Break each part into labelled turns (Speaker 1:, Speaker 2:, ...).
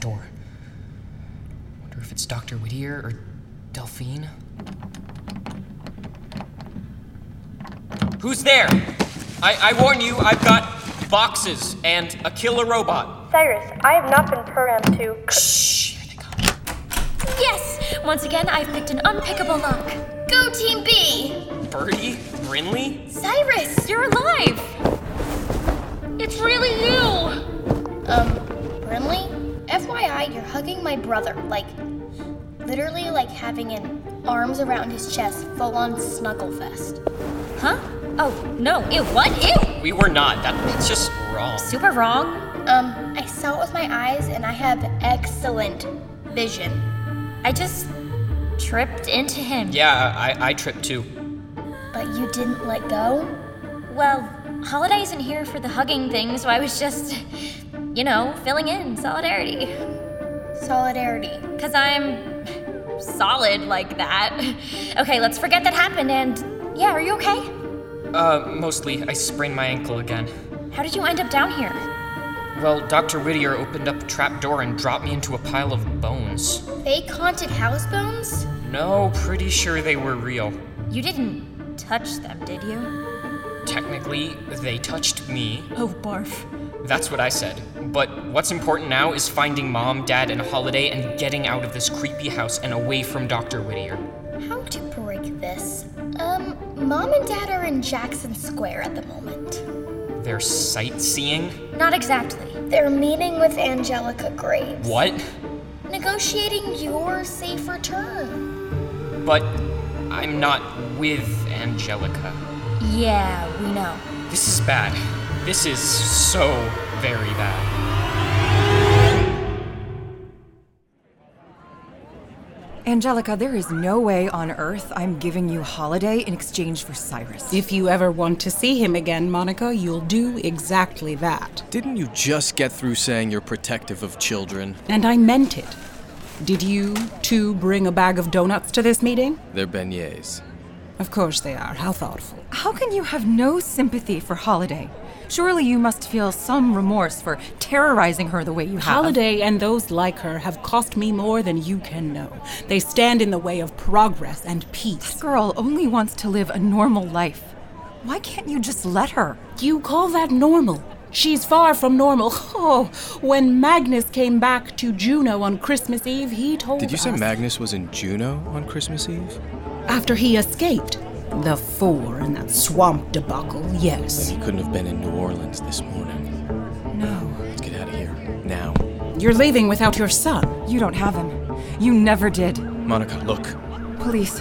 Speaker 1: door. Wonder if it's Dr. Whittier or Delphine? Who's there? I, I warn you, I've got boxes and a killer robot.
Speaker 2: Cyrus, I have not been programmed to.
Speaker 1: Shh, here they come.
Speaker 3: Yes! Once again, I've picked an unpickable lock. Go, Team B!
Speaker 1: Birdie? Brinley?
Speaker 3: Cyrus, you're alive! It's really you!
Speaker 4: Um, Brinley? FYI, you're hugging my brother. Like, literally, like having an arms around his chest, full on snuggle fest.
Speaker 3: Huh? Oh, no. Ew, what? Ew!
Speaker 1: We were not. That, that's just wrong.
Speaker 3: Super wrong.
Speaker 4: Um, I saw it with my eyes and I have excellent vision.
Speaker 3: I just tripped into him.
Speaker 1: Yeah, I, I tripped too.
Speaker 4: But you didn't let go?
Speaker 3: Well, Holiday isn't here for the hugging thing, so I was just, you know, filling in solidarity.
Speaker 4: Solidarity.
Speaker 3: Because I'm solid like that. Okay, let's forget that happened and. Yeah, are you okay?
Speaker 1: Uh, mostly, I sprained my ankle again.
Speaker 3: How did you end up down here?
Speaker 1: Well, Dr. Whittier opened up a trap door and dropped me into a pile of bones.
Speaker 4: Fake haunted house bones?
Speaker 1: No, pretty sure they were real.
Speaker 3: You didn't touch them, did you?
Speaker 1: Technically, they touched me.
Speaker 3: Oh, barf.
Speaker 1: That's what I said. But what's important now is finding mom, dad, and Holiday and getting out of this creepy house and away from Dr. Whittier.
Speaker 4: How to break this? Um, mom and dad are in Jackson Square at the moment.
Speaker 1: They're sightseeing?
Speaker 3: Not exactly.
Speaker 4: They're meeting with Angelica Graves,
Speaker 1: What?
Speaker 4: negotiating your safe return.
Speaker 1: But I'm not with Angelica.
Speaker 3: Yeah, we know.
Speaker 1: This is bad. This is so very bad.
Speaker 5: Angelica, there is no way on earth I'm giving you Holiday in exchange for Cyrus.
Speaker 6: If you ever want to see him again, Monica, you'll do exactly that.
Speaker 7: Didn't you just get through saying you're protective of children?
Speaker 6: And I meant it. Did you, too, bring a bag of donuts to this meeting?
Speaker 7: They're beignets.
Speaker 6: Of course they are. How thoughtful.
Speaker 5: How can you have no sympathy for Holiday? Surely you must feel some remorse for terrorizing her the way you have.
Speaker 6: Holiday and those like her have cost me more than you can know. They stand in the way of progress and
Speaker 5: This
Speaker 6: peace.
Speaker 5: girl only wants to live a normal life. Why can't you just let her?
Speaker 6: You call that normal? She's far from normal. Oh, when Magnus came back to Juno on Christmas Eve, he told
Speaker 7: Did you say
Speaker 6: us-
Speaker 7: Magnus was in Juno on Christmas Eve?
Speaker 6: After he escaped. The four and that swamp debacle, yes.
Speaker 7: He couldn't have been in New Orleans this morning.
Speaker 5: No,
Speaker 7: Let's get out of here. Now.
Speaker 6: You're leaving without your son.
Speaker 5: you don't have him. You never did.
Speaker 7: Monica, look.
Speaker 5: Police.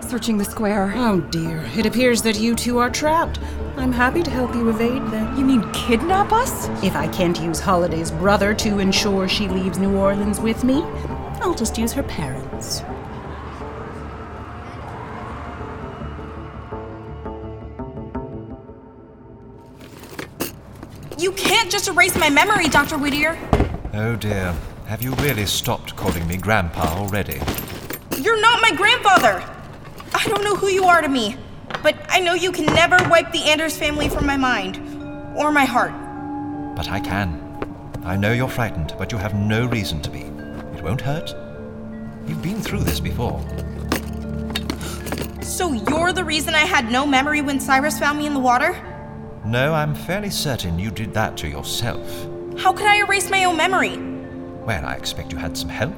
Speaker 5: Searching the square.
Speaker 6: Oh dear, it appears that you two are trapped. I'm happy to help you evade them.
Speaker 5: You mean kidnap us?
Speaker 6: If I can't use Holiday's brother to ensure she leaves New Orleans with me, I'll just use her parents.
Speaker 8: You can't just erase my memory, Dr. Whittier.
Speaker 9: Oh dear. Have you really stopped calling me Grandpa already?
Speaker 8: You're not my grandfather. I don't know who you are to me, but I know you can never wipe the Anders family from my mind or my heart.
Speaker 9: But I can. I know you're frightened, but you have no reason to be. It won't hurt. You've been through this before.
Speaker 8: So you're the reason I had no memory when Cyrus found me in the water?
Speaker 9: No, I'm fairly certain you did that to yourself.
Speaker 8: How could I erase my own memory?
Speaker 9: Well, I expect you had some help.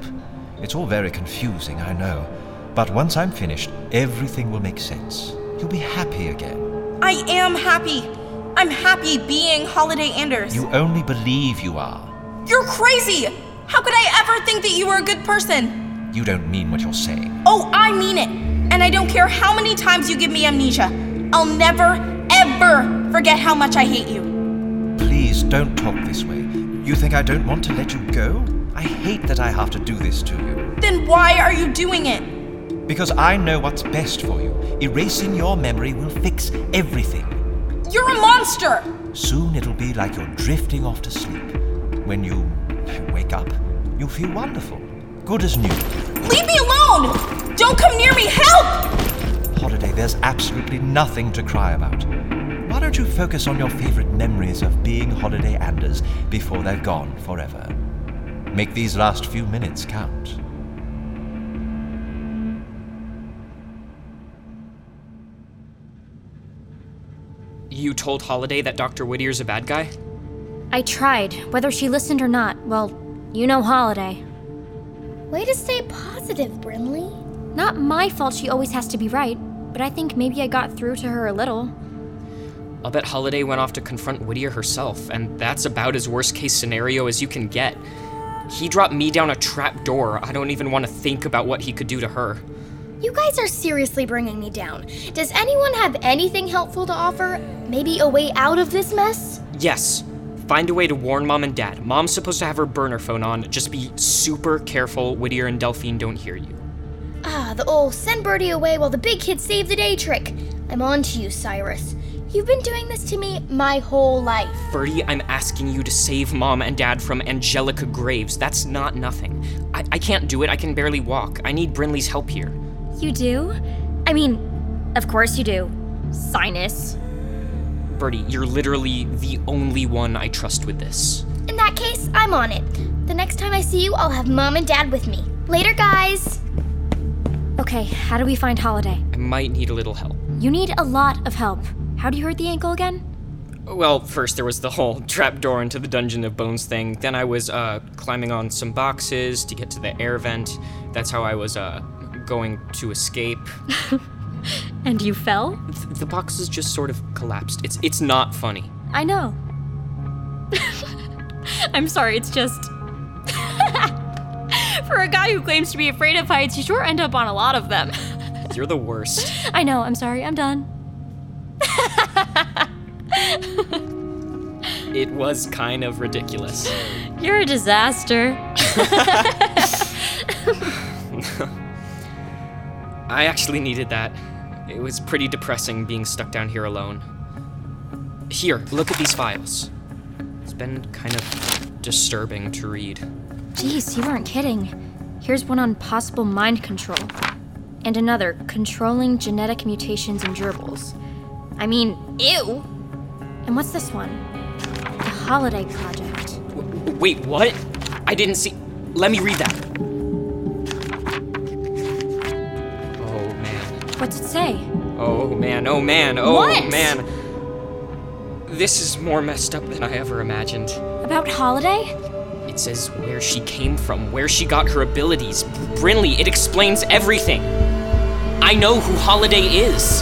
Speaker 9: It's all very confusing, I know. But once I'm finished, everything will make sense. You'll be happy again.
Speaker 8: I am happy. I'm happy being Holiday Anders.
Speaker 9: You only believe you are.
Speaker 8: You're crazy! How could I ever think that you were a good person?
Speaker 9: You don't mean what you're saying.
Speaker 8: Oh, I mean it. And I don't care how many times you give me amnesia. I'll never, ever forget how much I hate you.
Speaker 9: Please don't talk this way. You think I don't want to let you go? I hate that I have to do this to you.
Speaker 8: Then why are you doing it?
Speaker 9: Because I know what's best for you. Erasing your memory will fix everything.
Speaker 8: You're a monster!
Speaker 9: Soon it'll be like you're drifting off to sleep. When you wake up, you'll feel wonderful, good as new.
Speaker 8: Leave me alone! Don't come near me! Help!
Speaker 9: Holiday, there's absolutely nothing to cry about. Why don't you focus on your favorite memories of being Holiday Anders before they're gone forever? Make these last few minutes count.
Speaker 1: You told Holiday that Dr. Whittier's a bad guy?
Speaker 3: I tried, whether she listened or not. Well, you know Holiday.
Speaker 4: Way to stay positive, Brinley.
Speaker 3: Not my fault she always has to be right, but I think maybe I got through to her a little.
Speaker 1: I'll bet Holiday went off to confront Whittier herself, and that's about as worst case scenario as you can get. He dropped me down a trap door. I don't even want to think about what he could do to her.
Speaker 4: You guys are seriously bringing me down. Does anyone have anything helpful to offer? Maybe a way out of this mess?
Speaker 1: Yes, find a way to warn mom and dad. Mom's supposed to have her burner phone on. Just be super careful Whittier and Delphine don't hear you.
Speaker 4: Ah, the old send Birdie away while the big kids save the day trick. I'm on to you, Cyrus. You've been doing this to me my whole life.
Speaker 1: Birdie, I'm asking you to save mom and dad from Angelica Graves. That's not nothing. I, I can't do it. I can barely walk. I need Brinley's help here.
Speaker 3: You do? I mean, of course you do. Sinus.
Speaker 1: Birdie, you're literally the only one I trust with this.
Speaker 4: In that case, I'm on it. The next time I see you, I'll have mom and dad with me. Later, guys.
Speaker 3: Okay, how do we find Holiday?
Speaker 1: I might need a little help.
Speaker 3: You need a lot of help. How do you hurt the ankle again?
Speaker 1: Well, first there was the whole trapdoor into the Dungeon of Bones thing. Then I was uh, climbing on some boxes to get to the air vent. That's how I was uh, going to escape.
Speaker 3: And you fell?
Speaker 1: Th- the boxes just sort of collapsed. It's it's not funny.
Speaker 3: I know. I'm sorry, it's just. For a guy who claims to be afraid of heights, you sure end up on a lot of them.
Speaker 1: You're the worst.
Speaker 3: I know, I'm sorry, I'm done.
Speaker 1: It was kind of ridiculous.
Speaker 3: You're a disaster.
Speaker 1: I actually needed that. It was pretty depressing being stuck down here alone. Here, look at these files. It's been kind of disturbing to read.
Speaker 3: Jeez, you weren't kidding. Here's one on possible mind control, and another controlling genetic mutations in gerbils. I mean, ew! And what's this one? The Holiday Project.
Speaker 1: W- wait, what? I didn't see. Let me read that. Oh man.
Speaker 3: What's it say?
Speaker 1: Oh man, oh man, oh
Speaker 3: What?
Speaker 1: man. This is more messed up than I ever imagined.
Speaker 3: About Holiday?
Speaker 1: It says where she came from, where she got her abilities. Brinley, it explains everything. I know who Holiday is.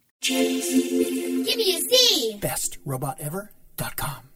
Speaker 4: Give me a Z.
Speaker 10: bestrobotever.com.